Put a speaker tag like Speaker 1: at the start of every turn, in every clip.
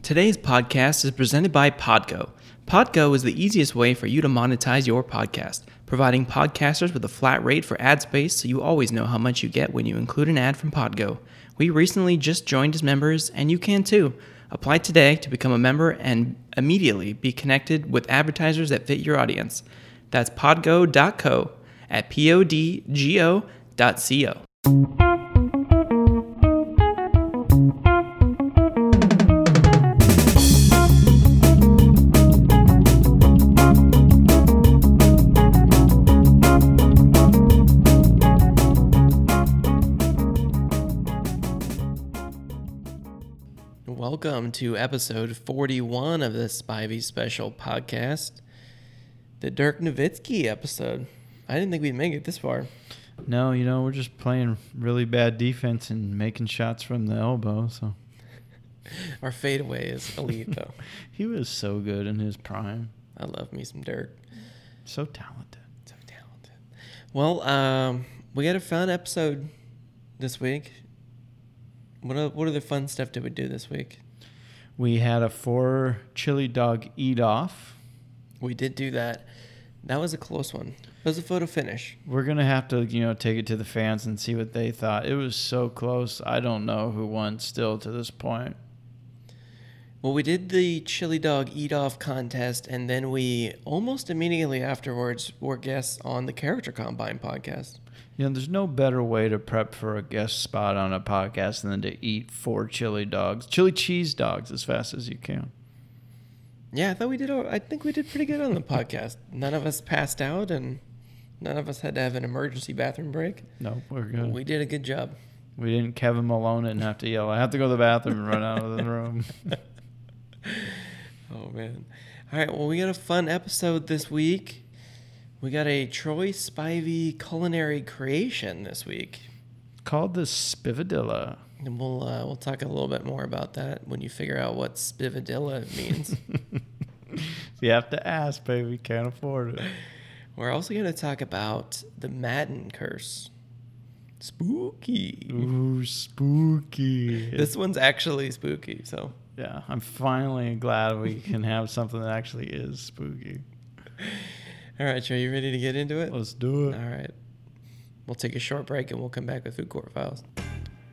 Speaker 1: Today's podcast is presented by Podgo. Podgo is the easiest way for you to monetize your podcast, providing podcasters with a flat rate for ad space so you always know how much you get when you include an ad from Podgo. We recently just joined as members, and you can too. Apply today to become a member and immediately be connected with advertisers that fit your audience. That's podgo.co at podgo dot co. Welcome to episode 41 of the Spivey Special podcast, the Dirk Nowitzki episode. I didn't think we'd make it this far.
Speaker 2: No, you know, we're just playing really bad defense and making shots from the elbow. So
Speaker 1: Our fadeaway is elite, though.
Speaker 2: he was so good in his prime.
Speaker 1: I love me some Dirk.
Speaker 2: So talented.
Speaker 1: So talented. Well, um, we got a fun episode this week. What o- what other fun stuff did we do this week?
Speaker 2: We had a four chili dog eat off.
Speaker 1: We did do that. That was a close one. It was a photo finish.
Speaker 2: We're gonna have to, you know, take it to the fans and see what they thought. It was so close. I don't know who won still to this point.
Speaker 1: Well, we did the chili dog eat off contest, and then we almost immediately afterwards were guests on the Character Combine podcast.
Speaker 2: You know, there's no better way to prep for a guest spot on a podcast than to eat four chili dogs, chili cheese dogs, as fast as you can.
Speaker 1: Yeah, I thought we did. all- I think we did pretty good on the podcast. None of us passed out, and none of us had to have an emergency bathroom break.
Speaker 2: No, we're good.
Speaker 1: We did a good job.
Speaker 2: We didn't Kevin Malone didn't have to yell. I have to go to the bathroom and run out of the room.
Speaker 1: Oh man! All right, well, we got a fun episode this week. We got a Troy Spivey culinary creation this week,
Speaker 2: Called the Spivadilla.
Speaker 1: and we'll uh, we'll talk a little bit more about that when you figure out what spivadilla means.
Speaker 2: You have to ask, baby. Can't afford it.
Speaker 1: We're also going to talk about the Madden curse. Spooky.
Speaker 2: Ooh, spooky.
Speaker 1: This one's actually spooky, so
Speaker 2: yeah, I'm finally glad we can have something that actually is spooky.
Speaker 1: all right, Joe, you ready to get into it? All
Speaker 2: Let's do it.
Speaker 1: right. We'll take a short break and we'll come back with food court files.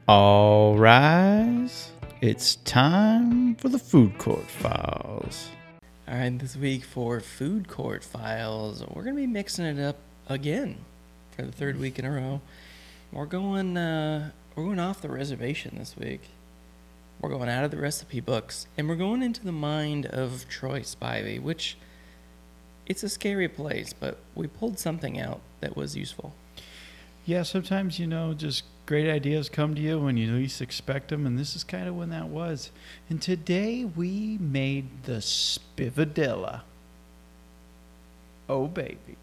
Speaker 2: All rise. It's time for the food court files.
Speaker 1: All right, this week for food court files, we're going to be mixing it up again for the third week in a row. We're going uh, we're going off the reservation this week. We're going out of the recipe books and we're going into the mind of Troy Spivey, which it's a scary place, but we pulled something out that was useful.
Speaker 2: Yeah, sometimes you know, just great ideas come to you when you least expect them, and this is kind of when that was. And today we made the spivadilla. Oh baby,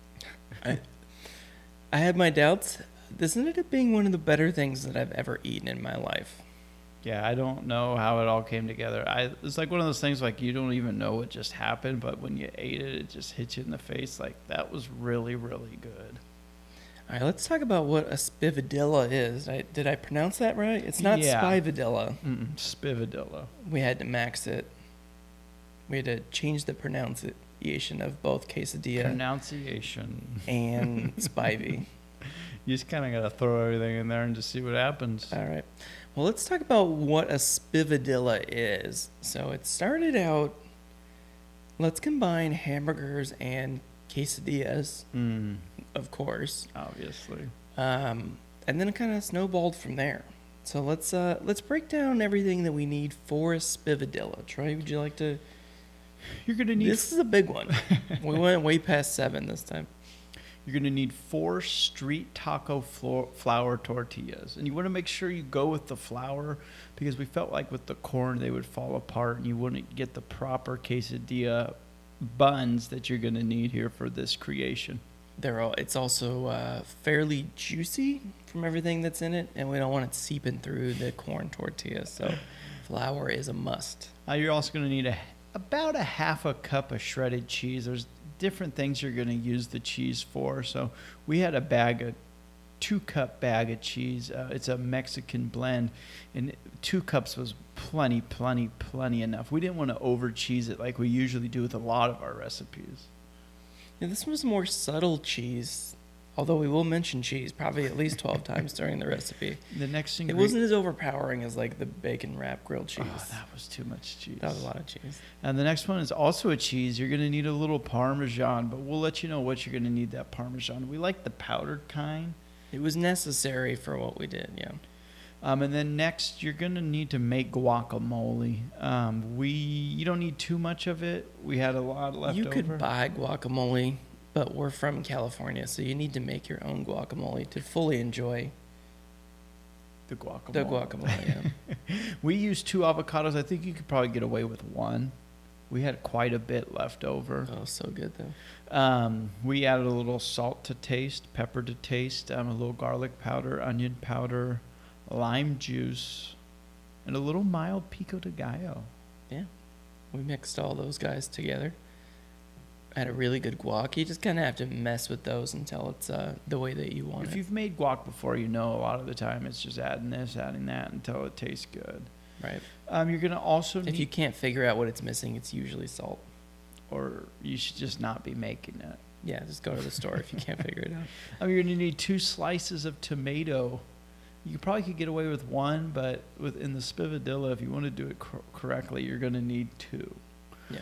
Speaker 1: I had my doubts. This ended up being one of the better things that I've ever eaten in my life.
Speaker 2: yeah, I don't know how it all came together. I it's like one of those things like you don't even know what just happened, but when you ate it, it just hit you in the face. Like that was really, really good.
Speaker 1: All right, let's talk about what a spivadilla is. I, did I pronounce that right? It's not
Speaker 2: Yeah.
Speaker 1: spivadilla.
Speaker 2: Mm-mm, spivadilla.
Speaker 1: We had to max it. We had to change the pronunciation of both quesadilla
Speaker 2: Pronunciation.
Speaker 1: and spivey.
Speaker 2: You just kind of gotta throw everything in there and just see what happens.
Speaker 1: All right. Well, let's talk about what a spivadilla is. So it started out. Let's combine hamburgers and quesadillas,
Speaker 2: Mm,
Speaker 1: of course,
Speaker 2: obviously.
Speaker 1: um, and then it kind of snowballed from there. So let's uh, let's break down everything that we need for a spivadilla. Troy, would you like to?
Speaker 2: You're gonna need
Speaker 1: This is a big one. we went way past seven this time.
Speaker 2: You're going to need four street taco flour, flour tortillas. And you want to make sure you go with the flour because we felt like with the corn they would fall apart and you wouldn't get the proper quesadilla buns that you're going to need here for this creation.
Speaker 1: They're all. It's also uh, fairly juicy from everything that's in it, and we don't want it seeping through the corn tortilla. So, flour is a must.
Speaker 2: Uh, you're also going to need a, about a half a cup of shredded cheese. There's different things you're going to use the cheese for. So we had a bag of two cup bag of cheese. Uh, it's a Mexican blend, and two cups was plenty, plenty, plenty enough. We didn't want to over cheese it like we usually do with a lot of our recipes.
Speaker 1: Yeah, this was more subtle cheese, although we will mention cheese probably at least 12 times during the recipe.
Speaker 2: The next thing
Speaker 1: It wasn't as overpowering as like the bacon wrap grilled cheese.
Speaker 2: Oh, that was too much cheese.
Speaker 1: that was a lot of cheese.
Speaker 2: And the next one is also a cheese. You're going to need a little Parmesan, but we'll let you know what you're going to need that Parmesan. We like the powdered kind.
Speaker 1: It was necessary for what we did, yeah.
Speaker 2: Um, and then next, you're gonna need to make guacamole. Um, we you don't need too much of it. We had a lot left
Speaker 1: you
Speaker 2: over.
Speaker 1: could buy guacamole, but we're from California, so you need to make your own guacamole to fully enjoy
Speaker 2: the guacamole.
Speaker 1: the guacamole. Yeah.
Speaker 2: We used two avocados. I think you could probably get away with one. We had quite a bit left over.
Speaker 1: oh, so good though.
Speaker 2: Um, we added a little salt to taste, pepper to taste, um, a little garlic powder, onion powder, lime juice, and a little mild pico de gallo.
Speaker 1: We mixed all those guys together. Had a really good guac. You just kind of have to mess with those until it's uh, the way that you want
Speaker 2: If
Speaker 1: it.
Speaker 2: you've made guac before, you know a lot of the time it's just adding this, adding that until it tastes good.
Speaker 1: right.
Speaker 2: Um, you're gonna also need,
Speaker 1: If you can't figure out what it's missing, it's usually salt.
Speaker 2: or you should just not be making it.
Speaker 1: Yeah, just go to the store if you can't figure it out.
Speaker 2: Um, you're gonna need two slices of tomato. You probably could get away with one, but within the spivadilla, if you want to do it cor- correctly, you're gonna need two.
Speaker 1: Yeah.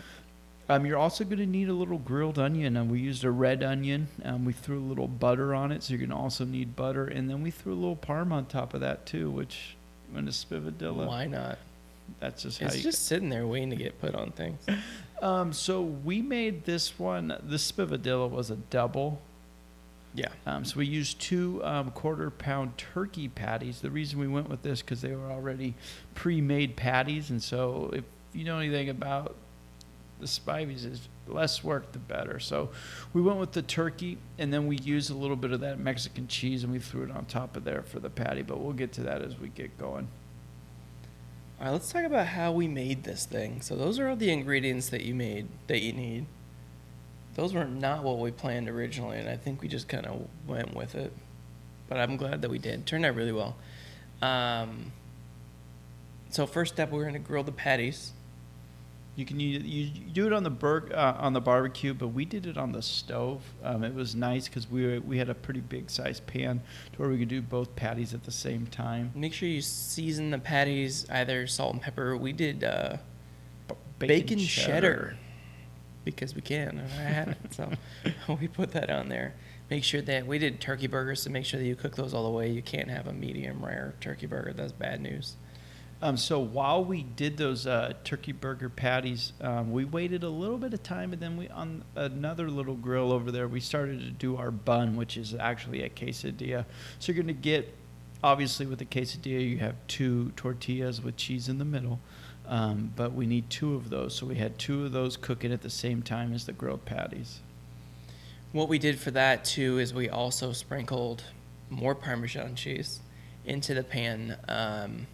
Speaker 2: Um, you're also gonna need a little grilled onion, and we used a red onion. Um, we threw a little butter on it, so you're gonna also need butter, and then we threw a little parm on top of that too, which in a spivadilla,
Speaker 1: Why not?
Speaker 2: that's just how
Speaker 1: It's
Speaker 2: you.
Speaker 1: just sitting there waiting to get put on things.
Speaker 2: um, so we made this one. The spivadilla was a double.
Speaker 1: Yeah.
Speaker 2: Um, so we used two um, quarter pound turkey patties. The reason we went with this because they were already pre-made patties, and so if you know anything about the Spivies, is less work the better. So we went with the turkey, and then we used a little bit of that Mexican cheese, and we threw it on top of there for the patty. But we'll get to that as we get going.
Speaker 1: All right, let's talk about how we made this thing. So those are all the ingredients that you made that you need. Those were not what we planned originally, and I think we just kind of went with it. But I'm glad that we did. Turned out really well. Um, so first step, we're gonna grill the patties.
Speaker 2: You can you, you you do it on the burg uh, on the barbecue, but we did it on the stove. Um, it was nice because we were, we had a pretty big size pan to where we could do both patties at the same time.
Speaker 1: Make sure you season the patties either salt and pepper. We did uh,
Speaker 2: B-
Speaker 1: bacon, cheddar. because we can. and I had it, so we put that on there. Make sure that we did turkey burgers, so make sure that you cook those all the way. You can't have a medium rare turkey burger. That's bad news.
Speaker 2: Um, so while we did those uh, turkey burger patties, um, we waited a little bit of time, and then we on another little grill over there, we started to do our bun, which is actually a quesadilla. So you're going to get, obviously, with the quesadilla, you have two tortillas with cheese in the middle, um, but we need two of those. So we had two of those cooking at the same time as the grilled patties.
Speaker 1: What we did for that too is we also sprinkled more Parmesan cheese into the pan. Um,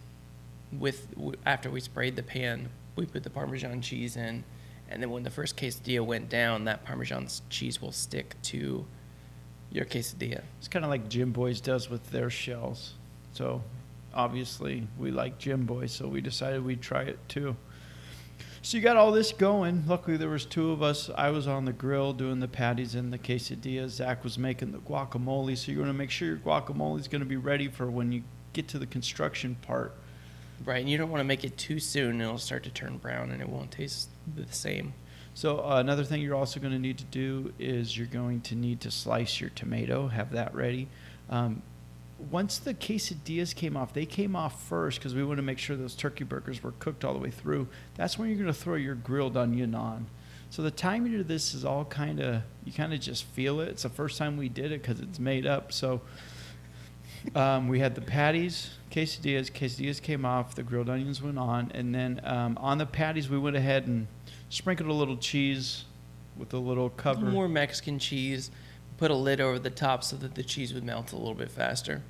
Speaker 1: with w- after we sprayed the pan, we put the Parmesan cheese in, and then when the first quesadilla went down, that Parmesan s- cheese will stick to your quesadilla.
Speaker 2: It's kind of like Jim Boys does with their shells. So obviously, we like Jim Boys, so we decided we'd try it too. So you got all this going. Luckily, there was two of us. I was on the grill doing the patties and the quesadillas. Zach was making the guacamole. So you want to make sure your guacamole is going to be ready for when you get to the construction part.
Speaker 1: Right, and you don't want to make it too soon; it'll start to turn brown, and it won't taste the same.
Speaker 2: So uh, another thing you're also going to need to do is you're going to need to slice your tomato. Have that ready. Um, once the quesadillas came off, they came off first because we want to make sure those turkey burgers were cooked all the way through. That's when you're going to throw your grilled onion on. So the timing of this is all kind of you kind of just feel it. It's the first time we did it because it's made up. So um, we had the patties, quesadillas. Quesadillas came off. The grilled onions went on, and then um, on the patties we went ahead and sprinkled a little cheese with a little cover.
Speaker 1: More Mexican cheese. Put a lid over the top so that the cheese would melt a little bit faster.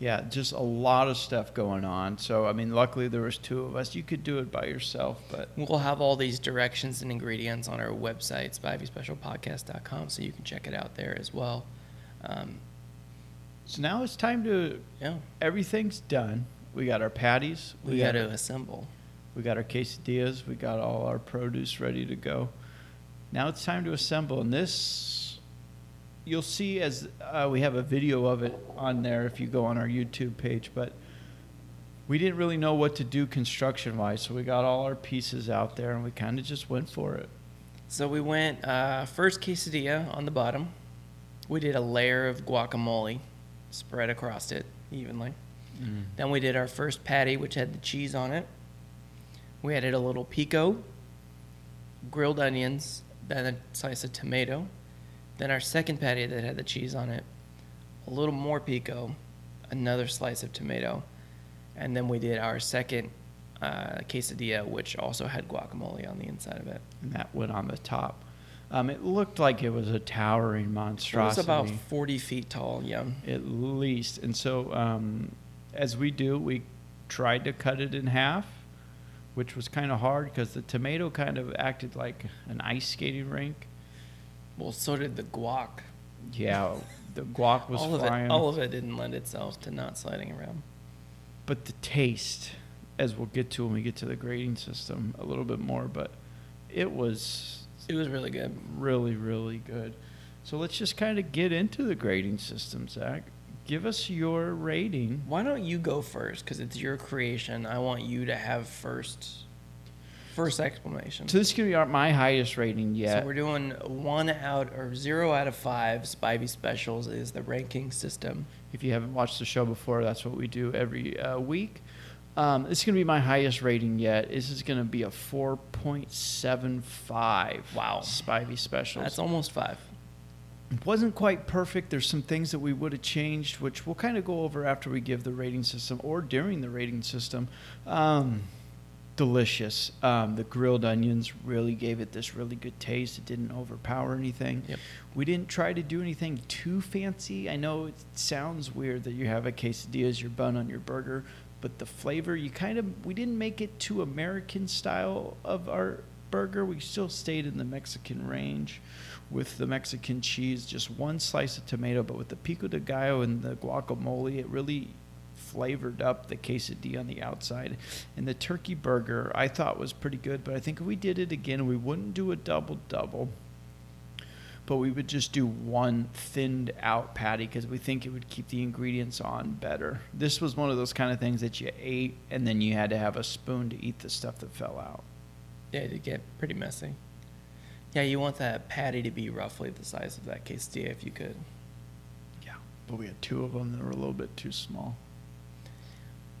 Speaker 2: Yeah, just a lot of stuff going on. So I mean, luckily there was two of us. You could do it by yourself, but
Speaker 1: We'll have all these directions and ingredients on our website, spivyspecialpodcast.com, so you can check it out there as well. Um,
Speaker 2: So now it's time to
Speaker 1: Yeah.
Speaker 2: everything's done. We got our patties.
Speaker 1: We got to assemble.
Speaker 2: We got our quesadillas. We got all our produce ready to go. Now it's time to assemble. And this, you'll see as uh, we have a video of it on there if you go on our YouTube page. But we didn't really know what to do construction wise. So we got all our pieces out there and we kind of just went for it.
Speaker 1: So we went uh, first quesadilla on the bottom. We did a layer of guacamole spread across it evenly. Then we did our first patty, which had the cheese on it. We added a little pico, grilled onions, then a slice of tomato. Then our second patty that had the cheese on it, a little more pico, another slice of tomato. And then we did our second uh, quesadilla, which also had guacamole on the inside of it.
Speaker 2: And that went on the top. Um, it looked like it was a towering
Speaker 1: It was
Speaker 2: monstrosity.
Speaker 1: about 40 feet tall, yeah.
Speaker 2: at least. And so, um, as we do, we tried to cut it in half, which was kind of hard because the tomato kind of acted like an ice skating rink.
Speaker 1: Well, so did the guac.
Speaker 2: Yeah, the guac was
Speaker 1: all of
Speaker 2: flying,
Speaker 1: it, all of it didn't lend itself to not sliding around.
Speaker 2: but the taste, as we'll get to when we get to the grading system a little bit more, but it was
Speaker 1: It was really good.
Speaker 2: really, really good. So let's just kind of get into the grading system, Zach. Give us your rating.
Speaker 1: Why don't you go first? Because it's your creation. I want you to have first, first explanation.
Speaker 2: So this could be our, my highest rating yet.
Speaker 1: So we're doing one out or zero out of five. Spivey Specials is the ranking system.
Speaker 2: If you haven't watched the show before, that's what we do every uh, week. Um, this is going to be my highest rating yet. This is going to be a 4.75.
Speaker 1: Wow.
Speaker 2: Spivey specials.
Speaker 1: That's almost five.
Speaker 2: it wasn't quite perfect. There's some things that we would have changed, which we'll kind of go over after we give the rating system or during the rating system. Um, delicious. Um, the grilled onions really gave it this really good taste. It didn't overpower anything.
Speaker 1: Yep.
Speaker 2: We didn't try to do anything too fancy. I know it sounds weird that you have a quesadilla as your bun on your burger, but the flavor you kind of we didn't make it too American style of our burger. We still stayed in the Mexican range with the Mexican cheese, just one slice of tomato, but with the pico de gallo and the guacamole, it really flavored up the quesadilla on the outside. And the turkey burger I thought was pretty good, but I think if we did it again, we wouldn't do a double double, but we would just do one thinned out patty because we think it would keep the ingredients on better. This was one of those kind of things that you ate and then you had to have a spoon to eat the stuff that fell out.
Speaker 1: Yeah, it did get pretty messy. Yeah, you want that patty to be roughly the size of that quesadilla if you could.
Speaker 2: Yeah. But we had two of them that were a little bit too small.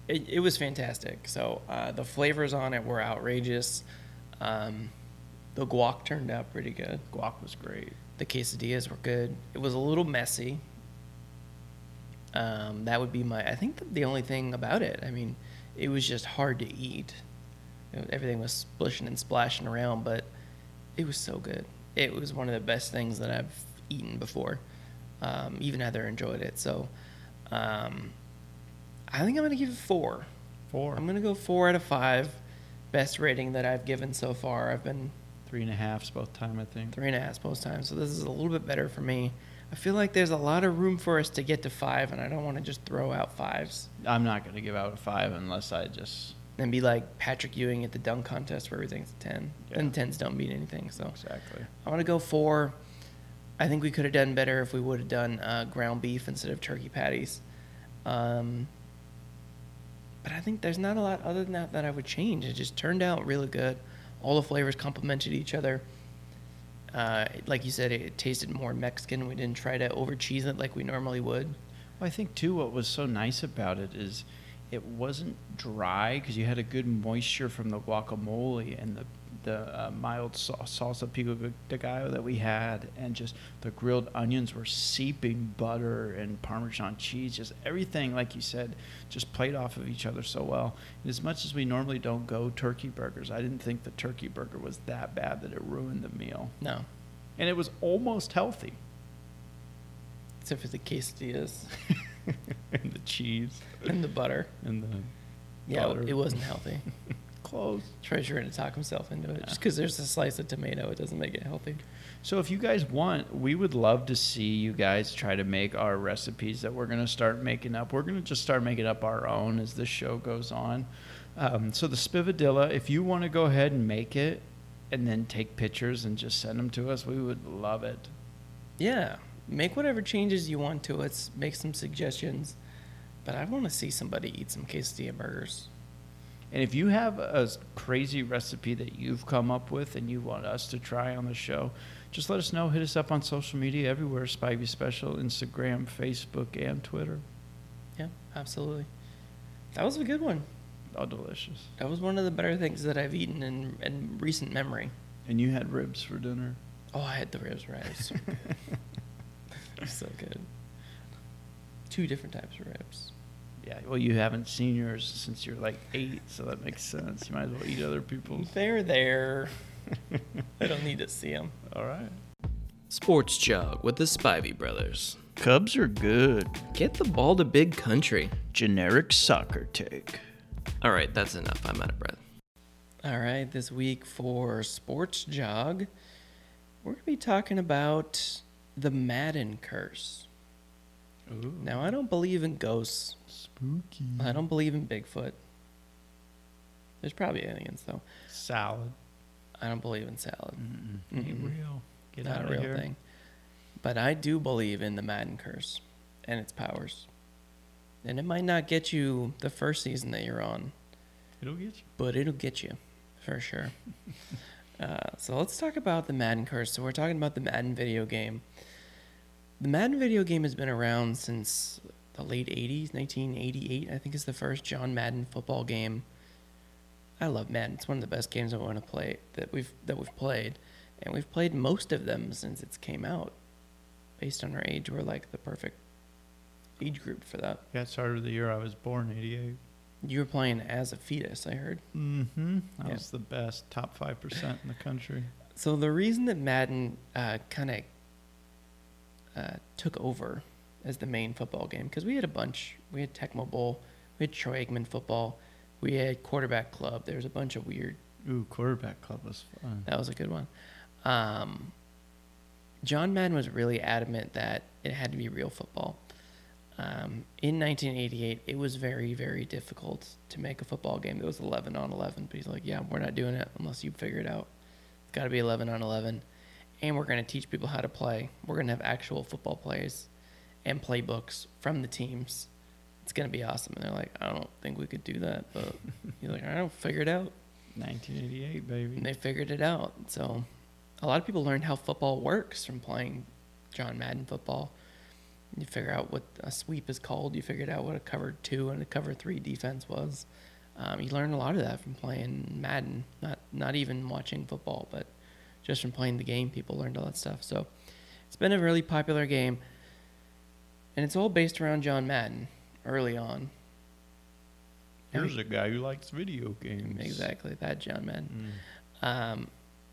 Speaker 1: it, it was fantastic. So uh, the flavors on it were outrageous. Um, the guac turned out pretty good.
Speaker 2: Guac was great.
Speaker 1: The quesadillas were good. It was a little messy. Um, that would be my. I think the, the only thing about it. I mean, it was just hard to eat. You know, everything was splishing and splashing around, but it was so good. It was one of the best things that I've eaten before. Um, even Heather enjoyed it. So um, I think I'm gonna give it four.
Speaker 2: Four.
Speaker 1: I'm gonna go four out of five. Best rating that I've given so far. I've been
Speaker 2: Three and a halfs both time, I think.
Speaker 1: three and a half most times, so this is a little bit better for me. I feel like there's a lot of room for us to get to five, and I don't want to just throw out fives
Speaker 2: I'm not going to give out a five unless I just.
Speaker 1: and be like Patrick Ewing at the dunk contest where everything's a ten.
Speaker 2: Yeah.
Speaker 1: Then tens don't mean anything. So
Speaker 2: Exactly.
Speaker 1: I want to go four. I think we could have done better if we would have done uh, ground beef instead of turkey patties. Um, but I think there's not a lot other than that that I would change. It just turned out really good. All the flavors complemented each other. Uh, like you said, it, it tasted more Mexican. We didn't try to over cheese it like we normally would.
Speaker 2: Well, I think too, what was so nice about it is it wasn't dry because you had a good moisture from the guacamole and the the uh, mild sa- salsa pico de gallo that we had, and just the grilled onions were seeping butter and Parmesan cheese. Just everything, like you said, just played off of each other so well. And as much as we normally don't go turkey burgers, I didn't think the turkey burger was that bad that it ruined the meal,
Speaker 1: No,
Speaker 2: and it was almost healthy.
Speaker 1: except for the quesadillas
Speaker 2: and the cheese
Speaker 1: and the butter.
Speaker 2: and the
Speaker 1: Yeah,
Speaker 2: butter.
Speaker 1: it wasn't healthy.
Speaker 2: close.
Speaker 1: treasure and talk himself into it.
Speaker 2: Yeah.
Speaker 1: Just because there's a slice of tomato, it doesn't make it healthy.
Speaker 2: So if you guys want, we would love to see you guys try to make our recipes that we're going to start making up. We're going to just start making up our own as this show goes on. Um, so the spivadilla, if you want to go ahead and make it and then take pictures and just send them to us, we would love it.
Speaker 1: Yeah, make whatever changes you want to it. Make some suggestions, but I want to see somebody eat some quesadilla burgers.
Speaker 2: And if you have a s- crazy recipe that you've come up with and you want us to try on the show, just let us know. Hit us up on social media everywhere Spivey Special, Instagram, Facebook, and Twitter.
Speaker 1: Yeah, absolutely. That was a good one.
Speaker 2: All delicious.
Speaker 1: That was one of the better things that I've eaten in, in recent memory.
Speaker 2: And you had ribs for dinner.
Speaker 1: Oh, I had the ribs right. It was So good. so good. Two different types of ribs.
Speaker 2: Yeah, well, you haven't seen yours since you're like eight, so that makes sense. You might as well eat other people's.
Speaker 1: They're there. I don't need to see them.
Speaker 2: All right.
Speaker 3: Sports Jog with the Spivey Brothers.
Speaker 2: Cubs are good.
Speaker 3: Get the ball to big country.
Speaker 2: Generic soccer take.
Speaker 3: All right, that's enough. I'm out of breath.
Speaker 1: All right, this week for Sports Jog, we're going to be talking about the Madden curse.
Speaker 2: Ooh,
Speaker 1: Now, I don't believe in ghosts,
Speaker 2: spooky.
Speaker 1: I don't believe in Bigfoot. There's probably aliens, though.
Speaker 2: Salad.
Speaker 1: I don't believe in salad.
Speaker 2: Ain't real.
Speaker 1: Mm-hmm.
Speaker 2: Get
Speaker 1: not
Speaker 2: out
Speaker 1: a
Speaker 2: of
Speaker 1: real
Speaker 2: here.
Speaker 1: thing. But I do believe in the Madden curse and its powers. And it might not get you the first season that you're on,
Speaker 2: It'll get you.
Speaker 1: but it'll get you for sure. uh, so let's talk about the Madden curse. So we're talking about the Madden video game. The Madden video game has been around since the late 80s, 1988, I think is the first John Madden football game. I love Madden. It's one of the best games I want to play that we've that we've played, and we've played most of them since it's came out. Based on our age, we're like the perfect age group for that.
Speaker 2: Got started the year I was born, 88.
Speaker 1: You were playing as a fetus, I heard.
Speaker 2: Mm-hmm. That
Speaker 1: Yeah.
Speaker 2: was the best. Top 5% in the country.
Speaker 1: So the reason that Madden uh, kind of uh, took over as the main football game because we had a bunch. We had Tecmo Bowl, we had Troy Aikman football, we had quarterback club. There was a bunch of weird.
Speaker 2: Ooh, quarterback club was fun.
Speaker 1: That was a good one. Um, John Madden was really adamant that it had to be real football. Um, in 1988, it was very, very difficult to make a football game that was 11 on 11. But he's like, yeah, we're not doing it unless you figure it out. It's got to be 11 on 11. And we're going to teach people how to play. We're going to have actual football plays and playbooks from the teams. It's going to be awesome. And they're like, I don't think we could do that. But he's like, I don't figure it out.
Speaker 2: 1988, baby.
Speaker 1: And they figured it out. So a lot of people learned how football works from playing John Madden football. You figure out what a sweep is called. You figured out what a cover two and a cover three defense was. Um, you learned a lot of that from playing Madden, not not even watching football, but just from playing the game. People learned all that stuff. So it's been a really popular game, and it's all based around John Madden early on.
Speaker 2: Here's a guy who likes video games.
Speaker 1: Exactly that John Madden.
Speaker 2: Mm.
Speaker 1: Um,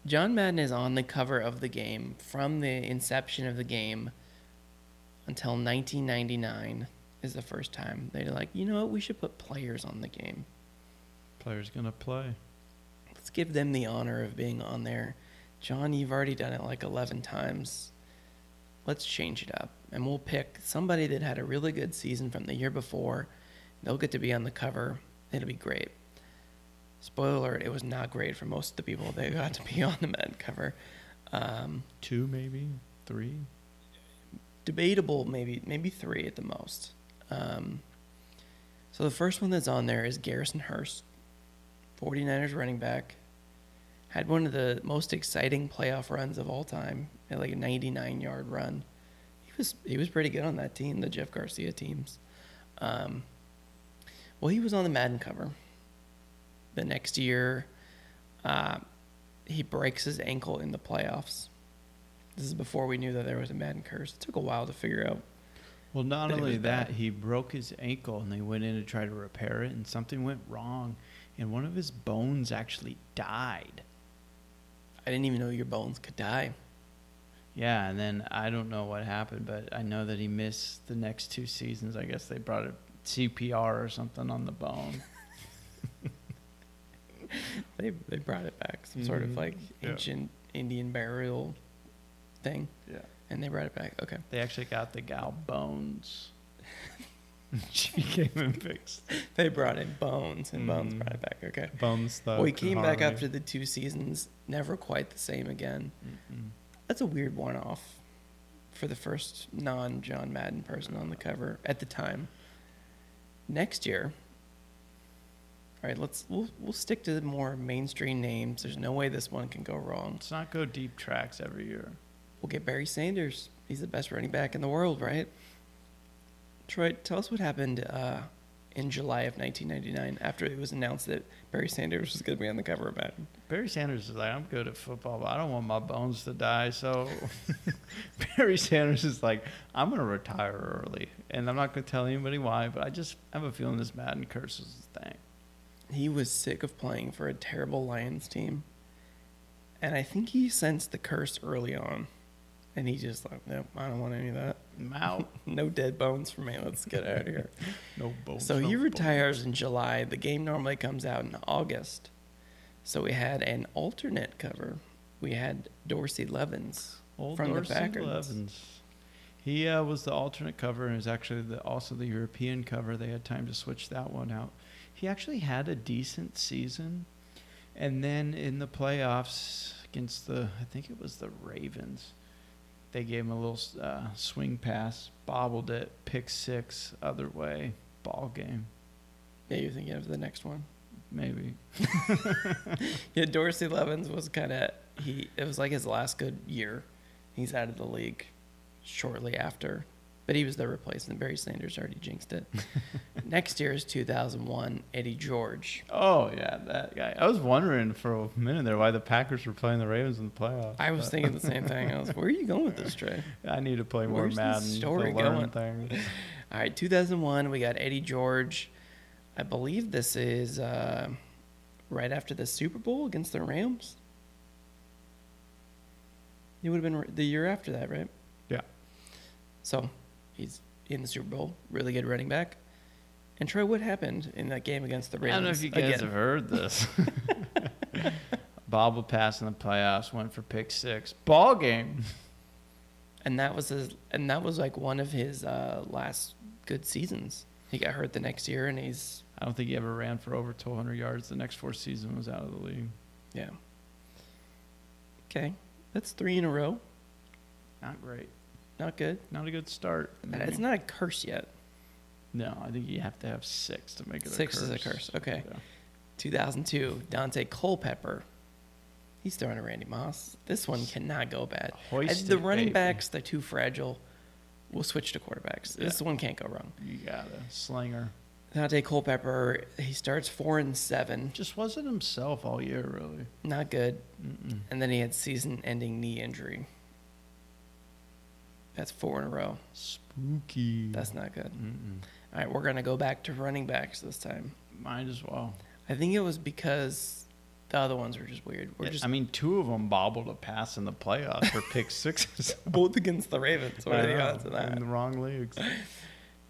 Speaker 1: John Madden is on the cover of the game from the inception of the game until 1999 is the first time they're like, you know what, we should put players on the game.
Speaker 2: Player's going to play.
Speaker 1: Let's give them the honor of being on there. John, you've already done it like 11 times. Let's change it up. And we'll pick somebody that had a really good season from the year before. They'll get to be on the cover. It'll be great. Spoiler alert, it was not great for most of the people that got to be on the Madden cover. Um,
Speaker 2: Two, maybe? Three?
Speaker 1: debatable maybe maybe three at the most um, so the first one that's on there is garrison hurst 49ers running back had one of the most exciting playoff runs of all time at like a 99 yard run he was he was pretty good on that team the jeff garcia teams um, well he was on the madden cover the next year uh, he breaks his ankle in the playoffs this is before we knew that there was a Madden curse. It took a while to figure out.
Speaker 2: Well, not
Speaker 1: But it
Speaker 2: only
Speaker 1: was
Speaker 2: that,
Speaker 1: bad.
Speaker 2: he broke his ankle and they went in to try to repair it, and something went wrong, and one of his bones actually died.
Speaker 1: I didn't even know your bones could die.
Speaker 2: Yeah, and then I don't know what happened, but I know that he missed the next two seasons. I guess they brought a CPR or something on the bone.
Speaker 1: they they brought it back, some sort
Speaker 2: Mhm.
Speaker 1: of like
Speaker 2: Yeah.
Speaker 1: ancient Indian burial thing,
Speaker 2: Yeah.
Speaker 1: and they brought it back. Okay,
Speaker 2: They actually got the gal bones. she came and fixed.
Speaker 1: they brought in bones, and bones
Speaker 2: Mm.
Speaker 1: brought it back. Okay,
Speaker 4: Bone
Speaker 2: Uh,
Speaker 4: stuff.
Speaker 1: we came back after the two seasons, never quite the same again. That's a weird one-off for the first non-John Madden person on the cover at the time. Next year, all right, let's we'll we'll stick to the more mainstream names. There's no way this one can go wrong.
Speaker 2: Let's not go deep tracks every year.
Speaker 1: We'll get Barry Sanders. He's the best running back in the world, right? Troy, tell us what happened uh, in July of 1999 after it was announced that Barry Sanders was going to be on the cover of Madden.
Speaker 2: Barry Sanders is like, I'm good at football, but I don't want my bones to die. So Barry Sanders is like, I'm going to retire early. And I'm not going to tell anybody why, but I just have a feeling this Madden curse is a thing.
Speaker 1: He was sick of playing for a terrible Lions team. And I think he sensed the curse early on. And he just like, nope, I don't want any of that.
Speaker 2: I'm out.
Speaker 1: No dead bones for me. Let's get out of here.
Speaker 2: No bones.
Speaker 1: So
Speaker 2: no
Speaker 1: he
Speaker 2: bones.
Speaker 1: retires in July. The game normally comes out in August. So we had an alternate cover. We had Dorsey Levens
Speaker 2: Old
Speaker 1: from
Speaker 2: Dorsey
Speaker 1: the Packers.
Speaker 2: Levens. He uh, was the alternate cover and is actually the, also the European cover. They had time to switch that one out. He actually had a decent season. And then in the playoffs against the, I think it was the Ravens, they gave him a little uh, swing pass, bobbled it, pick six, other way, ball game,
Speaker 1: Yeah, you're thinking of the next one.
Speaker 2: maybe.
Speaker 1: Yeah, Dorsey Levens was kind of he. It was like his last good year. He's out of the league shortly after, but he was the replacement. Barry Sanders already jinxed it. Next year is 2001. Eddie George.
Speaker 2: Oh, yeah, that guy. I was wondering for a minute there why the Packers were playing the Ravens in the playoffs.
Speaker 1: I was
Speaker 2: but-
Speaker 1: thinking the same thing. I was, where are you going with this, Trey?
Speaker 2: I need to play more
Speaker 1: Where's this
Speaker 2: Madden.
Speaker 1: story
Speaker 2: to
Speaker 1: going?
Speaker 2: learn things.
Speaker 1: All right, 2001. We got Eddie George. I believe this is uh, right after the Super Bowl against the Rams. It would have been r- the year after that, right?
Speaker 4: Yeah.
Speaker 1: So he's in the Super Bowl. Really good running back. And Troy, what happened in that game against the
Speaker 2: I
Speaker 1: Rams?
Speaker 2: don't know if you guys
Speaker 1: Again,
Speaker 2: have heard this. Bob will pass in the playoffs, went for pick six. Ball game.
Speaker 1: And that was his, and that was like one of his uh, last good seasons. He got hurt the next year, and he's
Speaker 2: I don't think he ever ran for over 1,200 yards. The next four season was out of the league.
Speaker 1: yeah. Okay, that's three in a row.
Speaker 2: Not great.
Speaker 1: Not good.
Speaker 2: Not a good start.
Speaker 1: Uh, It's not a curse yet.
Speaker 2: no, I think you have to have six to make it
Speaker 1: Six
Speaker 2: a
Speaker 1: is
Speaker 2: curse.
Speaker 1: a curse. Okay.
Speaker 2: Yeah.
Speaker 1: 2002, Dante Culpepper. He's throwing to Randy Moss. This one cannot go bad. And
Speaker 2: Hoist
Speaker 1: the
Speaker 2: it,
Speaker 1: running
Speaker 2: baby.
Speaker 1: backs, they're too fragile. We'll switch to quarterbacks. This one can't go wrong.
Speaker 2: You got a slinger.
Speaker 1: Dante Culpepper, he starts four and seven.
Speaker 2: Just wasn't himself all year, really.
Speaker 1: Not good.
Speaker 2: Mm-mm.
Speaker 1: And then he had season ending knee injury. That's four in a row.
Speaker 2: Mm-hmm. Spooky.
Speaker 1: That's not good.
Speaker 2: Mm-mm.
Speaker 1: All right, we're going to go back to running backs this time.
Speaker 2: Might as well.
Speaker 1: I think it was because the other ones were just weird. We're
Speaker 2: Yeah,
Speaker 1: just
Speaker 2: I mean, two of them bobbled a pass in the playoffs for pick sixes.
Speaker 1: both against the Ravens. What
Speaker 2: I
Speaker 1: are the
Speaker 2: know,
Speaker 1: odds of that?
Speaker 2: In the wrong leagues.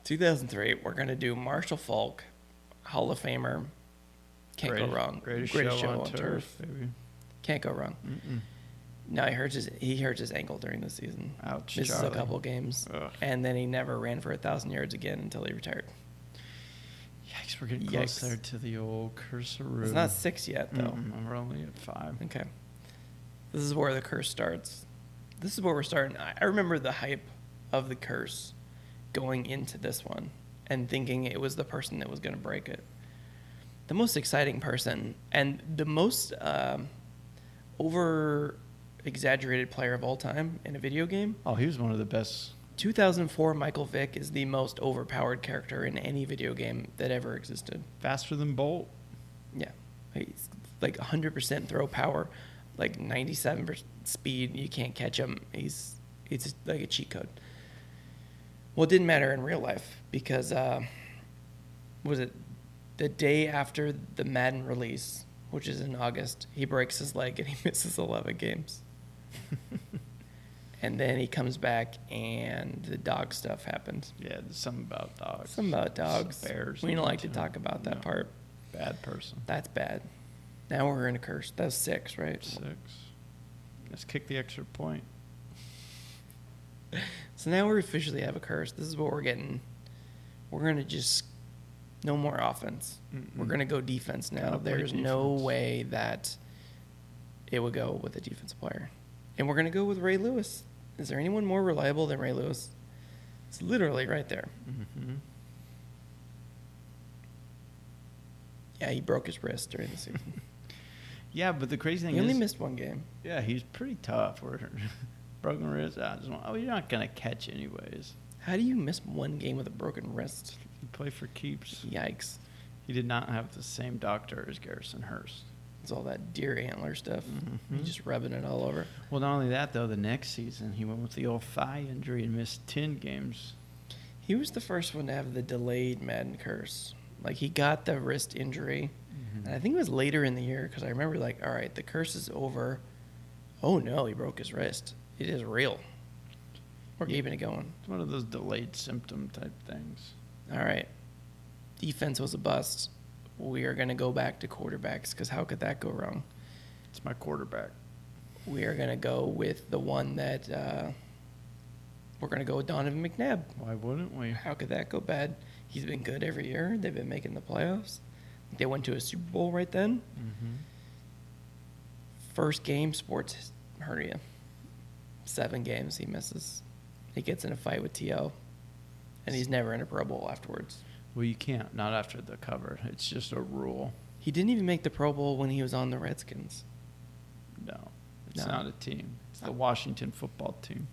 Speaker 1: 2003, we're going to do Marshall Falk, Hall of Famer. Can't go wrong.
Speaker 2: Greatest, show, on, turf, baby.
Speaker 1: Can't go wrong.
Speaker 2: Mm-mm.
Speaker 1: No, he hurts his he hurts his ankle during the season.
Speaker 2: Ouch,
Speaker 1: Misses
Speaker 2: Ah, Charlie.
Speaker 1: a couple games,
Speaker 2: Ugh.
Speaker 1: and then he never ran for a thousand yards again until he retired.
Speaker 2: Yikes, we're getting
Speaker 1: Yikes.
Speaker 2: closer to the old cursoroo.
Speaker 1: It's not six yet though.
Speaker 2: Mm, we're only at five.
Speaker 1: Okay, this is where the curse starts. This is where we're starting. I, I remember the hype of the curse going into this one, and thinking it was the person that was going to break it. the most exciting person and the most um, over exaggerated player of all time in a video game.
Speaker 2: Oh, he was one of the best.
Speaker 1: 2004 Michael Vick is the most overpowered character in any video game that ever existed.
Speaker 2: Faster than Bolt.
Speaker 1: Yeah. He's like 100% throw power, like 97% speed. You can't catch him. He's it's like a cheat code. Well, it didn't matter in real life because uh, was it the day after the Madden release, which is in August, he breaks his leg and he misses 11 games. and then he comes back and the dog stuff happened.
Speaker 2: Yeah, there's something about dogs.
Speaker 1: Something about
Speaker 2: Some
Speaker 1: dogs.
Speaker 2: Bears.
Speaker 1: we don't like to
Speaker 2: Yeah.
Speaker 1: talk about that
Speaker 2: No.
Speaker 1: part.
Speaker 2: Bad person.
Speaker 1: That's bad. Now we're in a curse. That's six, right?
Speaker 2: Six. Let's kick the extra point.
Speaker 1: So now we officially have a curse. This is what we're getting. We're gonna just no more offense. We're gonna go defense now.
Speaker 2: Gotta play
Speaker 1: There's no
Speaker 2: defense.
Speaker 1: way that it would go with a defensive player, and we're gonna go with Ray Lewis. Is there anyone more reliable than Ray Lewis? It's literally right there.
Speaker 2: Mm-hmm.
Speaker 1: Yeah, he broke his wrist during the season.
Speaker 2: Yeah, but the crazy thing
Speaker 1: he only
Speaker 2: is,
Speaker 1: missed one game.
Speaker 2: yeah, he's pretty tough. Or broken wrist. I just want, oh, you're not gonna catch anyways.
Speaker 1: How do you miss one game with a broken wrist?
Speaker 2: You play for keeps.
Speaker 1: Yikes!
Speaker 2: He did not have the same doctor as Garrison Hurst.
Speaker 1: It's all that deer antler stuff. You
Speaker 2: Mhm.
Speaker 1: just rubbing it all over.
Speaker 2: Well, not only that though, the next season he went with the old thigh injury and missed ten games.
Speaker 1: He was the first one to have the delayed Madden curse. Like he got the wrist injury,
Speaker 2: Mm-hmm.
Speaker 1: and I think it was later in the year because I remember like, all right, the curse is over. Oh no, he broke his wrist. It is real. We're
Speaker 2: Yeah.
Speaker 1: keeping it going.
Speaker 2: It's one of those delayed symptom type things.
Speaker 1: All right, defense was a bust. We are gonna go back to quarterbacks because how could that go wrong?
Speaker 2: It's my quarterback.
Speaker 1: We are gonna go with the one that uh, we're gonna go with Donovan McNabb.
Speaker 2: Why wouldn't we?
Speaker 1: How could that go bad? He's been good every year. They've been making the playoffs. They went to a Super Bowl right then.
Speaker 2: Mm-hmm.
Speaker 1: First game, sports hernia. Seven games he misses. He gets in a fight with T.O. And he's never in a Pro Bowl afterwards.
Speaker 2: Well, you can't. Not after the cover. It's just a rule.
Speaker 1: He didn't even make the Pro Bowl when he was on the Redskins.
Speaker 2: No, it's
Speaker 1: No.
Speaker 2: not a team. It's the Washington football team.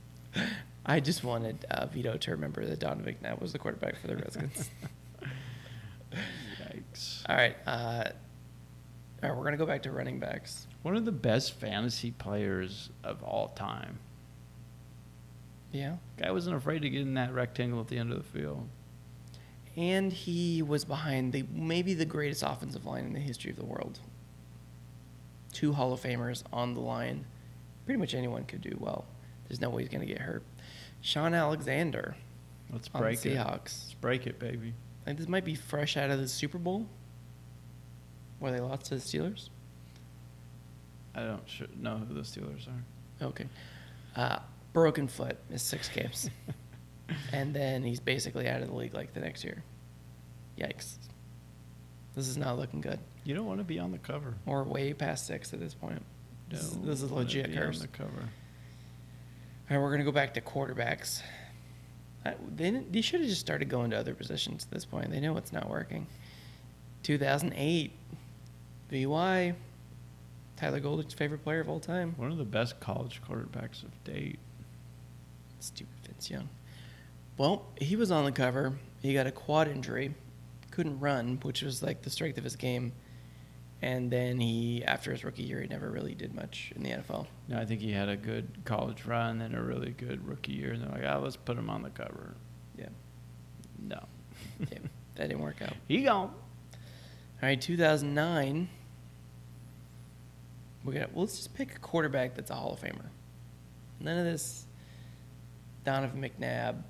Speaker 1: I just wanted uh, Vito to remember that Donovan McNabb was the quarterback for the Redskins.
Speaker 2: Yikes!
Speaker 1: all right. Uh, all right, we're going to go back to running backs.
Speaker 2: One of the best fantasy players of all time.
Speaker 1: Yeah.
Speaker 2: Guy wasn't afraid to get in that rectangle at the end of the field.
Speaker 1: and he was behind the maybe the greatest offensive line in the history of the world. Two Hall of Famers on the line. Pretty much anyone could do well. There's no way he's going to get hurt. Sean Alexander
Speaker 2: Let's
Speaker 1: on the
Speaker 2: break it.
Speaker 1: Seahawks.
Speaker 2: Let's break it, baby.
Speaker 1: I think this might be fresh out of the Super Bowl where they lost to the Steelers.
Speaker 2: I don't sure, know who the Steelers are.
Speaker 1: Okay. Uh, broken foot, missed six games. and then he's basically out of the league like the next year. Yikes. This is not looking good.
Speaker 2: You don't want to be on the cover.
Speaker 1: Or way past six at this point. This is-
Speaker 2: Don't
Speaker 1: this is
Speaker 2: wanna
Speaker 1: legit
Speaker 2: be on
Speaker 1: curse.
Speaker 2: the cover.
Speaker 1: All right, we're gonna go back to quarterbacks. I, they didn't- they should have just started going to other positions at this point. They know it's not working. 2008, VY, Tyler Golding's favorite player of all time.
Speaker 2: One of the best college quarterbacks of date.
Speaker 1: Stupid Vince Young. Well, he was on the cover. He got a quad injury, couldn't run, which was like the strength of his game. And then he, after his rookie year, he never really did much in the NFL.
Speaker 2: No, I think he had a good college run and a really good rookie year. And they're like, ah, let's put him on the cover.
Speaker 1: Yeah,
Speaker 2: No.
Speaker 1: yeah that didn't work out.
Speaker 2: He gone.
Speaker 1: All right, 2009. We got. Well, let's just pick a quarterback that's a Hall of Famer. None of this Donovan McNabb.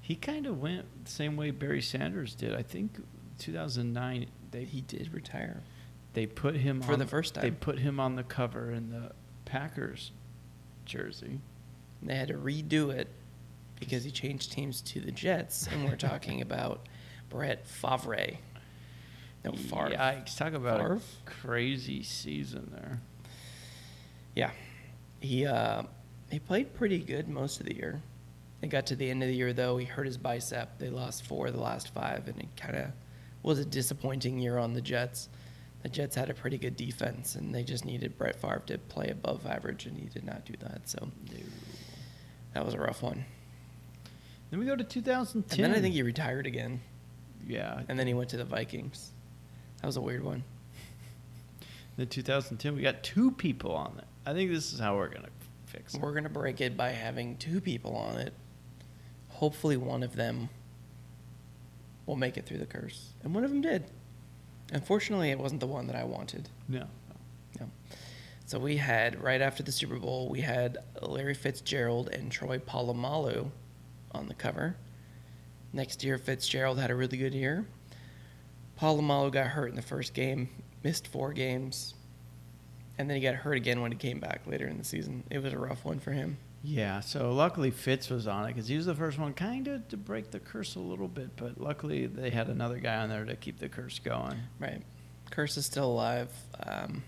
Speaker 2: He kind of went the same way Barry Sanders did. I think 2009 they
Speaker 1: He did retire.
Speaker 2: they put him
Speaker 1: For
Speaker 2: on,
Speaker 1: the first
Speaker 2: They
Speaker 1: time.
Speaker 2: put him on the cover in the Packers jersey.
Speaker 1: And they had to redo it because he changed teams to the Jets, and we're talking about Brett Favre. No Favre.
Speaker 2: Yikes! Talk about
Speaker 1: Favre?
Speaker 2: a crazy season there.
Speaker 1: Yeah. He uh, he played pretty good most of the year. It got to the end of the year though, he hurt his bicep. They lost four of the last five, and it kind of was a disappointing year on the Jets. The Jets had a pretty good defense, and they just needed Brett Favre to play above average, and he did not do that. So that was a rough one.
Speaker 2: Then we go to 2010.
Speaker 1: And then I think he retired again,
Speaker 2: yeah.
Speaker 1: and then he went to the Vikings. That was a weird one.
Speaker 2: Then 2010 we got two people on it. I think this is how we're gonna fix it.
Speaker 1: We're gonna break it by having two people on it. Hopefully, one of them will make it through the curse, and one of them did. Unfortunately, it wasn't the one that I wanted.
Speaker 2: No.
Speaker 1: No. So we had right after the Super Bowl, we had Larry Fitzgerald and Troy Polamalu on the cover. Next year, Fitzgerald had a really good year. Polamalu got hurt in the first game, missed four games, and then he got hurt again when he came back later in the season. It was a rough one for him.
Speaker 2: Yeah, so luckily Fitz was on it because he was the first one kind of to break the curse a little bit, but luckily they had another guy on there to keep the curse going.
Speaker 1: Right. Curse is still alive. Um,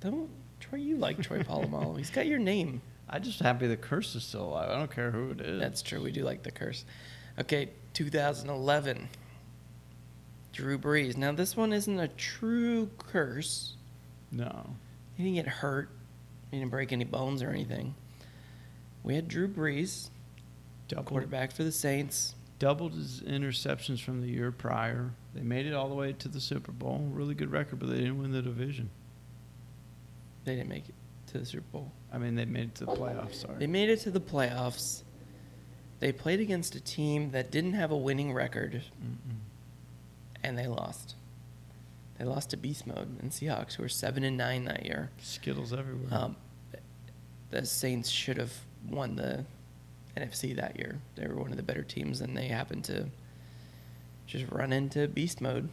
Speaker 1: don't Troy, you like Troy Polamalu. He's got your name.
Speaker 2: I'm just happy the curse is still alive. I don't care who it is.
Speaker 1: That's true. We do like the curse. Okay, 2011. Drew Brees. Now this one isn't a true curse.
Speaker 2: no.
Speaker 1: He didn't get hurt. He didn't break any bones or anything. We had Drew Brees,
Speaker 2: Doubled,
Speaker 1: quarterback for the Saints.
Speaker 2: doubled his interceptions from the year prior. They made it all the way to the Super Bowl. Really good record, but they didn't win the division.
Speaker 1: They didn't make it to the Super Bowl.
Speaker 2: I mean, they made it to the playoffs, sorry.
Speaker 1: They made it to the playoffs. They played against a team that didn't have a winning record,
Speaker 2: Mm-mm.
Speaker 1: and they lost. They lost to Beast Mode and Seahawks, who were seven and nine that year.
Speaker 2: Skittles everywhere.
Speaker 1: Um, the Saints should have won the NFC that year. They were one of the better teams, and they happened to just run into Beast Mode,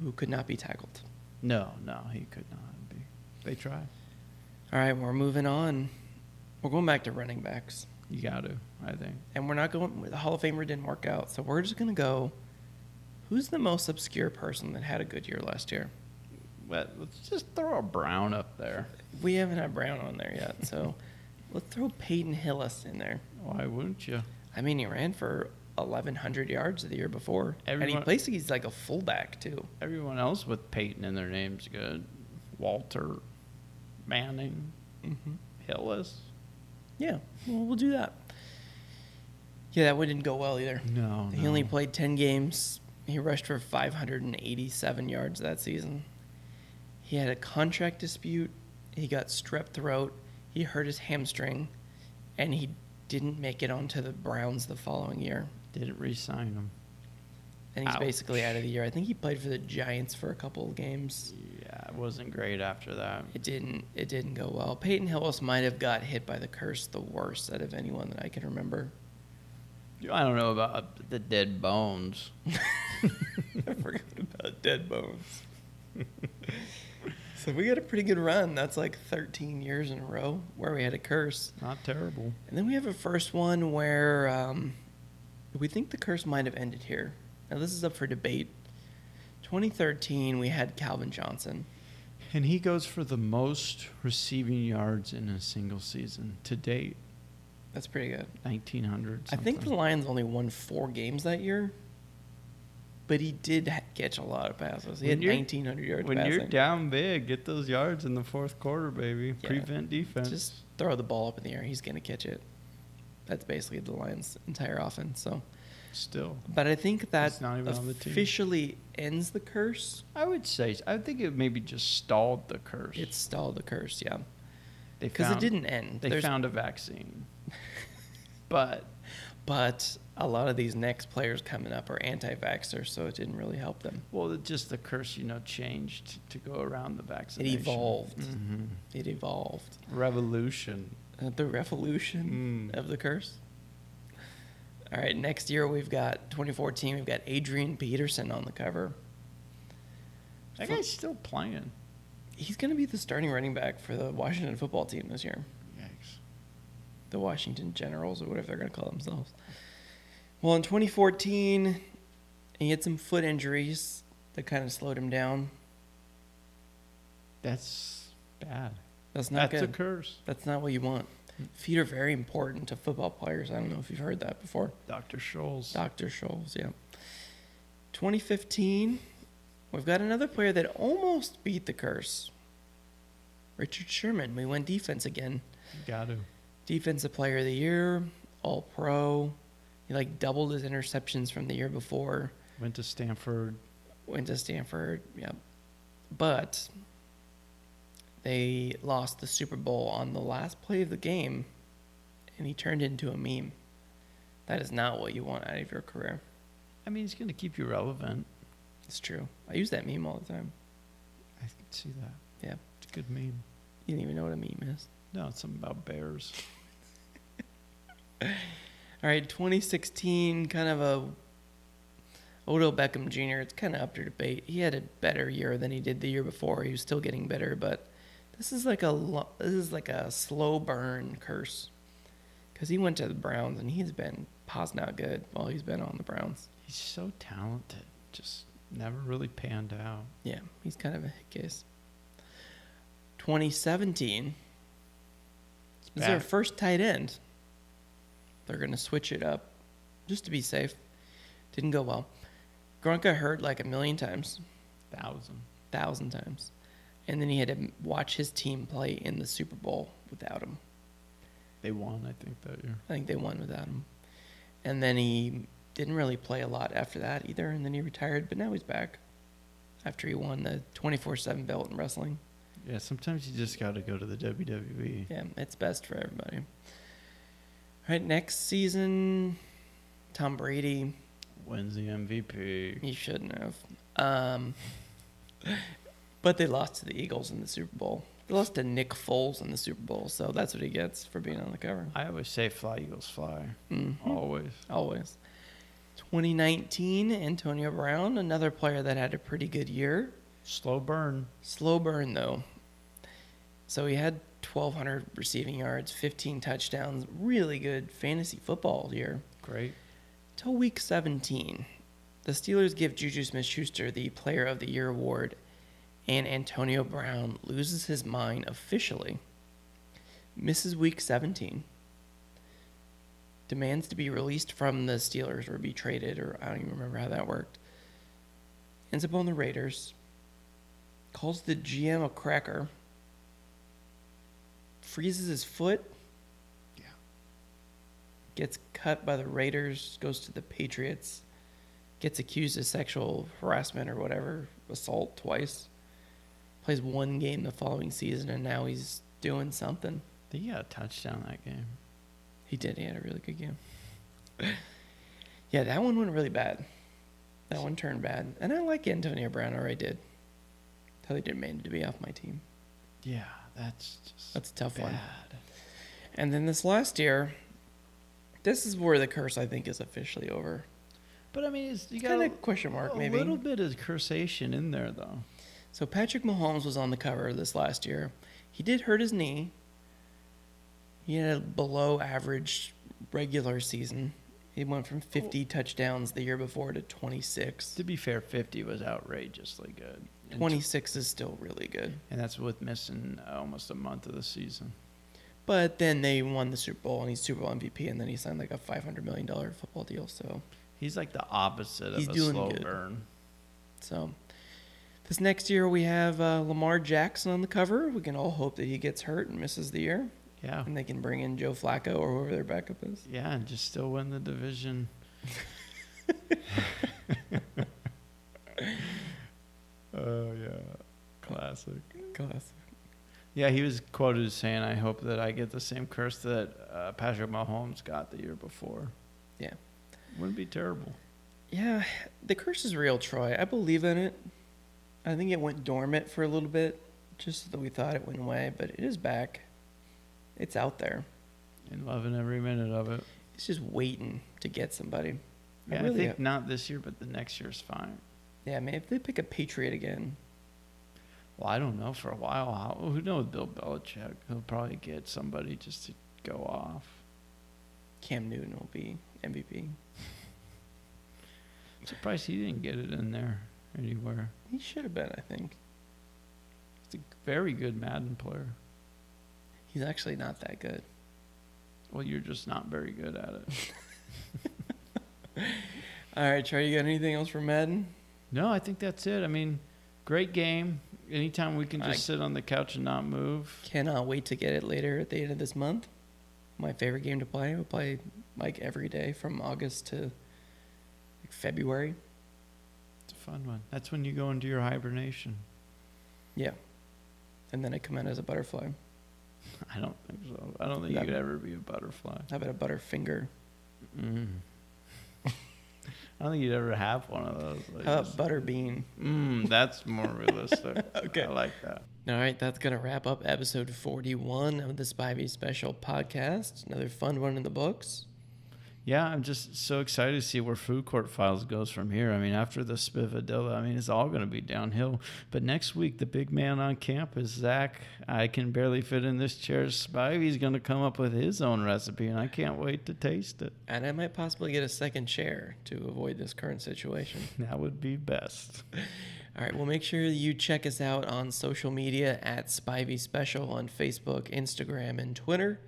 Speaker 1: who could not be tackled.
Speaker 2: no, no, he could not be. They tried.
Speaker 1: All right, we're moving on. We're going back to running backs,
Speaker 2: You got to, I think.
Speaker 1: and we're not going. The Hall of Famer didn't work out, so we're just gonna go. Who's the most obscure person that had a good year last year?
Speaker 2: But let's just throw a Brown up there.
Speaker 1: We haven't had Brown on there yet, so let's throw Peyton Hillis in there.
Speaker 2: Why wouldn't you?
Speaker 1: I mean, he ran for 1,100 yards the year before, and he
Speaker 2: Everyone-
Speaker 1: plays he's like a fullback too.
Speaker 2: Everyone else with Peyton in their name's good. Walter, Manning,
Speaker 1: Mm-hmm.
Speaker 2: Hillis.
Speaker 1: Yeah, well, we'll do that. Yeah, that one didn't go well either.
Speaker 2: No,
Speaker 1: He only played 10 games. He rushed for 587 yards that season. He had a contract dispute. He got strep throat. He hurt his hamstring, and he didn't make it onto the Browns the following year.
Speaker 2: didn't re-sign him.
Speaker 1: And he's
Speaker 2: Ouch.
Speaker 1: basically out of the year. I think he played for the Giants for a couple of games.
Speaker 2: Yeah, it wasn't great after that.
Speaker 1: It didn't. It didn't go well. Peyton Hillis might have got hit by the curse the worst out of anyone that I can remember.
Speaker 2: I don't know about the dead bones.
Speaker 1: I forgot about dead bones. so we got a pretty good run. That's like 13 years in a row where we had a curse,
Speaker 2: Not terrible.
Speaker 1: and then we have a first one where um, we think the curse might have ended here. Now this is up for debate. 2013, we had Calvin Johnson.
Speaker 2: And he goes for the most receiving yards in a single season to date,
Speaker 1: That's pretty good.
Speaker 2: 1900.
Speaker 1: I think the
Speaker 2: something.
Speaker 1: Lions only won four games that year, but he did ha- catch a lot of passes. He
Speaker 2: When
Speaker 1: had
Speaker 2: you're-
Speaker 1: 1,900 yards
Speaker 2: when
Speaker 1: passing.
Speaker 2: you're down big, get those yards in the fourth quarter, baby.
Speaker 1: Yeah.
Speaker 2: Prevent defense.
Speaker 1: Just throw the ball up in the air. He's going to catch it. That's basically the Lions' entire offense. So,
Speaker 2: Still,
Speaker 1: but I think that
Speaker 2: He's not even on the team.
Speaker 1: officially ends the curse.
Speaker 2: I would say I think it maybe just stalled the curse.
Speaker 1: It stalled the curse, yeah,
Speaker 2: They
Speaker 1: because it
Speaker 2: found-
Speaker 1: didn't end.
Speaker 2: They
Speaker 1: There's-
Speaker 2: found a vaccine, but
Speaker 1: but a lot of these next players coming up are anti-vaxxer, so it didn't really help them.
Speaker 2: well, it just the curse, you know, changed to go around the
Speaker 1: It
Speaker 2: vaccination. Mm-hmm.
Speaker 1: evolved. It evolved.
Speaker 2: Revolution.
Speaker 1: Uh, the revolution
Speaker 2: Mm.
Speaker 1: of the curse. All right, next year we've got 2014. We've got Adrian Peterson on the cover.
Speaker 2: That
Speaker 1: Fo-
Speaker 2: guy's still playing.
Speaker 1: He's going to be the starting running back for the Washington football team this year,
Speaker 2: Yikes.
Speaker 1: the Washington Generals or whatever they're going to call themselves. Well, in 2014, he had some foot injuries that kind of slowed him down.
Speaker 2: That's bad.
Speaker 1: That's not
Speaker 2: That's
Speaker 1: good.
Speaker 2: a curse.
Speaker 1: That's not what you want. Feet are very important to football players. I don't know if you've heard that before.
Speaker 2: Dr. Scholes.
Speaker 1: Dr. Scholes, yeah. 2015, we've got another player that almost beat the curse. Richard Sherman. We went defense again.
Speaker 2: You Got to.
Speaker 1: Defensive player of the year, all pro. He like doubled his interceptions from the year before.
Speaker 2: Went to Stanford.
Speaker 1: Went to Stanford, yep. But they lost the Super Bowl on the last play of the game, and he turned into a meme. That is not what you want out of your career.
Speaker 2: I mean, he's going to keep you relevant.
Speaker 1: It's true. I use that meme all the time.
Speaker 2: I can see that.
Speaker 1: Yeah.
Speaker 2: It's a good meme.
Speaker 1: You don't even know what a meme is.
Speaker 2: No, it's something about bears.
Speaker 1: All right, 2016, kind of a Odell Beckham Jr., it's kind of up to debate. He had a better year than he did the year before. He was still getting better, but this is like a lo- this is like a slow burn curse because he went to the Browns and he's been Pa's not good while he's been on the Browns.
Speaker 2: He's so talented. Just never really panned out.
Speaker 1: Yeah, he's kind of a hit case. 2017 is their
Speaker 2: back.
Speaker 1: first tight end. They're going to switch it up just to be safe. Didn't go well. Gronk got hurt like a million times,
Speaker 2: Thousand.
Speaker 1: thousand times. And then he had to watch his team play in the Super Bowl without him.
Speaker 2: They won, I think, that year.
Speaker 1: I think they won without him. And then he didn't really play a lot after that either. And then he retired, but now he's back after he won the 24 7 belt in wrestling.
Speaker 2: Yeah, sometimes you just got to go to the E. WWE.
Speaker 1: Yeah, it's best for everybody. All right, next season, Tom Brady.
Speaker 2: Wins the MVP.
Speaker 1: He shouldn't have. Um, but they lost to the Eagles in the Super Bowl. They lost to Nick Foles in the Super Bowl, so that's what he gets for being on the cover.
Speaker 2: I always say fly, Eagles fly.
Speaker 1: Mhm.
Speaker 2: Always.
Speaker 1: Always. 2019, Antonio Brown, another player that had a pretty good year.
Speaker 2: Slow burn.
Speaker 1: Slow burn, though. So he had 1,200 receiving yards, 15 touchdowns, really good fantasy football year.
Speaker 2: Great.
Speaker 1: Till week 17, the Steelers give Juju Smith Schuster the Player of the Year award, and Antonio Brown loses his mind officially, misses week 17, demands to be released from the Steelers or be traded, or I don't even remember how that worked, ends up on the Raiders, calls the GM a cracker, freezes his foot gets cut by the Raiders, goes to the Patriots, gets accused of sexual harassment or whatever, assault twice, plays one game the following season, and now he's doing something.
Speaker 2: They got a touchdown that game.
Speaker 1: He did. He had a really good game. yeah, that one went really bad. That one turned bad. And I like Antonio Brown, or I did. Totally didn't mean to be off my team.
Speaker 2: Yeah, that's just
Speaker 1: That's a tough
Speaker 2: bad.
Speaker 1: one. And then this last year, this is where the curse, I think, is officially over.
Speaker 2: But I mean, it's, you got
Speaker 1: Kind
Speaker 2: a,
Speaker 1: of question mark,
Speaker 2: a
Speaker 1: maybe.
Speaker 2: little bit of cursation in there, though.
Speaker 1: So Patrick Mahomes was on the cover this last year. He did hurt his knee. He had a below average regular season. He went from 50 touchdowns the year before to 26.
Speaker 2: To be fair, 50 was outrageously good. And
Speaker 1: 26 is still really good.
Speaker 2: And that's with missing uh, almost a month of the season.
Speaker 1: But then they won the Super Bowl and he's Super Bowl MVP and then he signed like a $500 million football deal. So,
Speaker 2: He's like the opposite
Speaker 1: He's
Speaker 2: of a
Speaker 1: doing
Speaker 2: slow
Speaker 1: good.
Speaker 2: burn.
Speaker 1: so this next year we have uh, Lamar Jackson on the cover. We can all hope that he gets hurt and misses the year
Speaker 2: Yeah.
Speaker 1: and they can bring in Joe Flacco or whoever their backup is.
Speaker 2: Yeah, and just still win the division. Oh, yeah. Classic.
Speaker 1: Classic.
Speaker 2: Yeah, he was quoted as saying, I hope that I get the same curse that uh, Patrick Mahomes got the year before.
Speaker 1: Yeah.
Speaker 2: Wouldn't be terrible.
Speaker 1: Yeah, the curse is real, Troy. I believe in it. I think it went dormant for a little bit, just that we thought it went away, but it is back. It's out there.
Speaker 2: And loving every minute of it.
Speaker 1: It's just waiting to get somebody. I
Speaker 2: Yeah, I,
Speaker 1: really-
Speaker 2: think not this year, but the next year's fine.
Speaker 1: Yeah, I mean, if they pick a Patriot again,
Speaker 2: Well, I don't know. For a while, how, who knows Bill Belichick? He'll probably get somebody just to go off.
Speaker 1: Cam Newton will be MVP.
Speaker 2: I'm surprised he didn't get it in there anywhere.
Speaker 1: He should have been, I think.
Speaker 2: He's a very good Madden player.
Speaker 1: He's actually not that good.
Speaker 2: Well, you're just not very good at it.
Speaker 1: All right, Troy, you got anything else for Madden?
Speaker 2: No, I think that's it. I mean, great game. Anytime we can just
Speaker 1: I-
Speaker 2: sit on the couch and not move.
Speaker 1: Cannot wait to get it later at the end of this month. My favorite game to play. We play like every day from August to like February.
Speaker 2: It's a fun one. That's when you go into your hibernation.
Speaker 1: Yeah. And then I come out as a butterfly.
Speaker 2: I don't think so. I don't think
Speaker 1: That-
Speaker 2: you could ever be a butterfly.
Speaker 1: How about a butterfinger?
Speaker 2: Mm. I don't think you'd ever have one of those. Like,
Speaker 1: How
Speaker 2: just-
Speaker 1: about butterbean?
Speaker 2: Mm, that's more realistic.
Speaker 1: Okay.
Speaker 2: I like that.
Speaker 1: All right, that's going to wrap up episode 41 of the Spivey Special podcast. Another fun one in the books.
Speaker 2: Yeah, I'm just so excited to see where Food Court Files goes from here. I mean, after the Spivadilla, I mean, it's all going to be downhill. But next week, the big man on campus, Zach, I can barely fit in this chair. Spivey's going to come up with his own recipe, and I can't wait to taste it.
Speaker 1: And I might possibly get a second chair to avoid this current situation.
Speaker 2: That would be best.
Speaker 1: All right, well, make sure you check us out on social media at Spivey Special on Facebook, Instagram, and Twitter.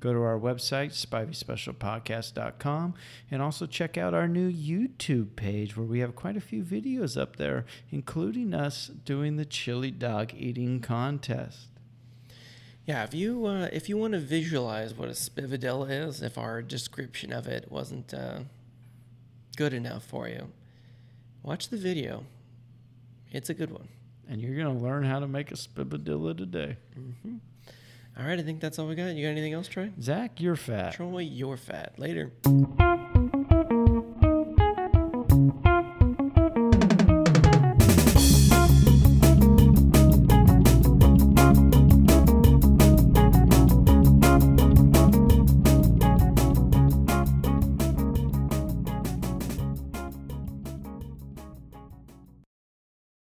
Speaker 2: Go to our website, spiveyspecialpodcast.com, and also check out our new YouTube page where we have quite a few videos up there, including us doing the chili dog eating contest.
Speaker 1: Yeah, if you uh, if you want to visualize what a spivadella is, if our description of it wasn't uh, good enough for you, watch the video. It's a good one.
Speaker 2: And you're going to learn how to make a spivadilla today.
Speaker 1: All right, I think that's all we got. You got anything else, Troy?
Speaker 2: Uh, Zach, you're fat.
Speaker 1: Troy, you're fat. Later.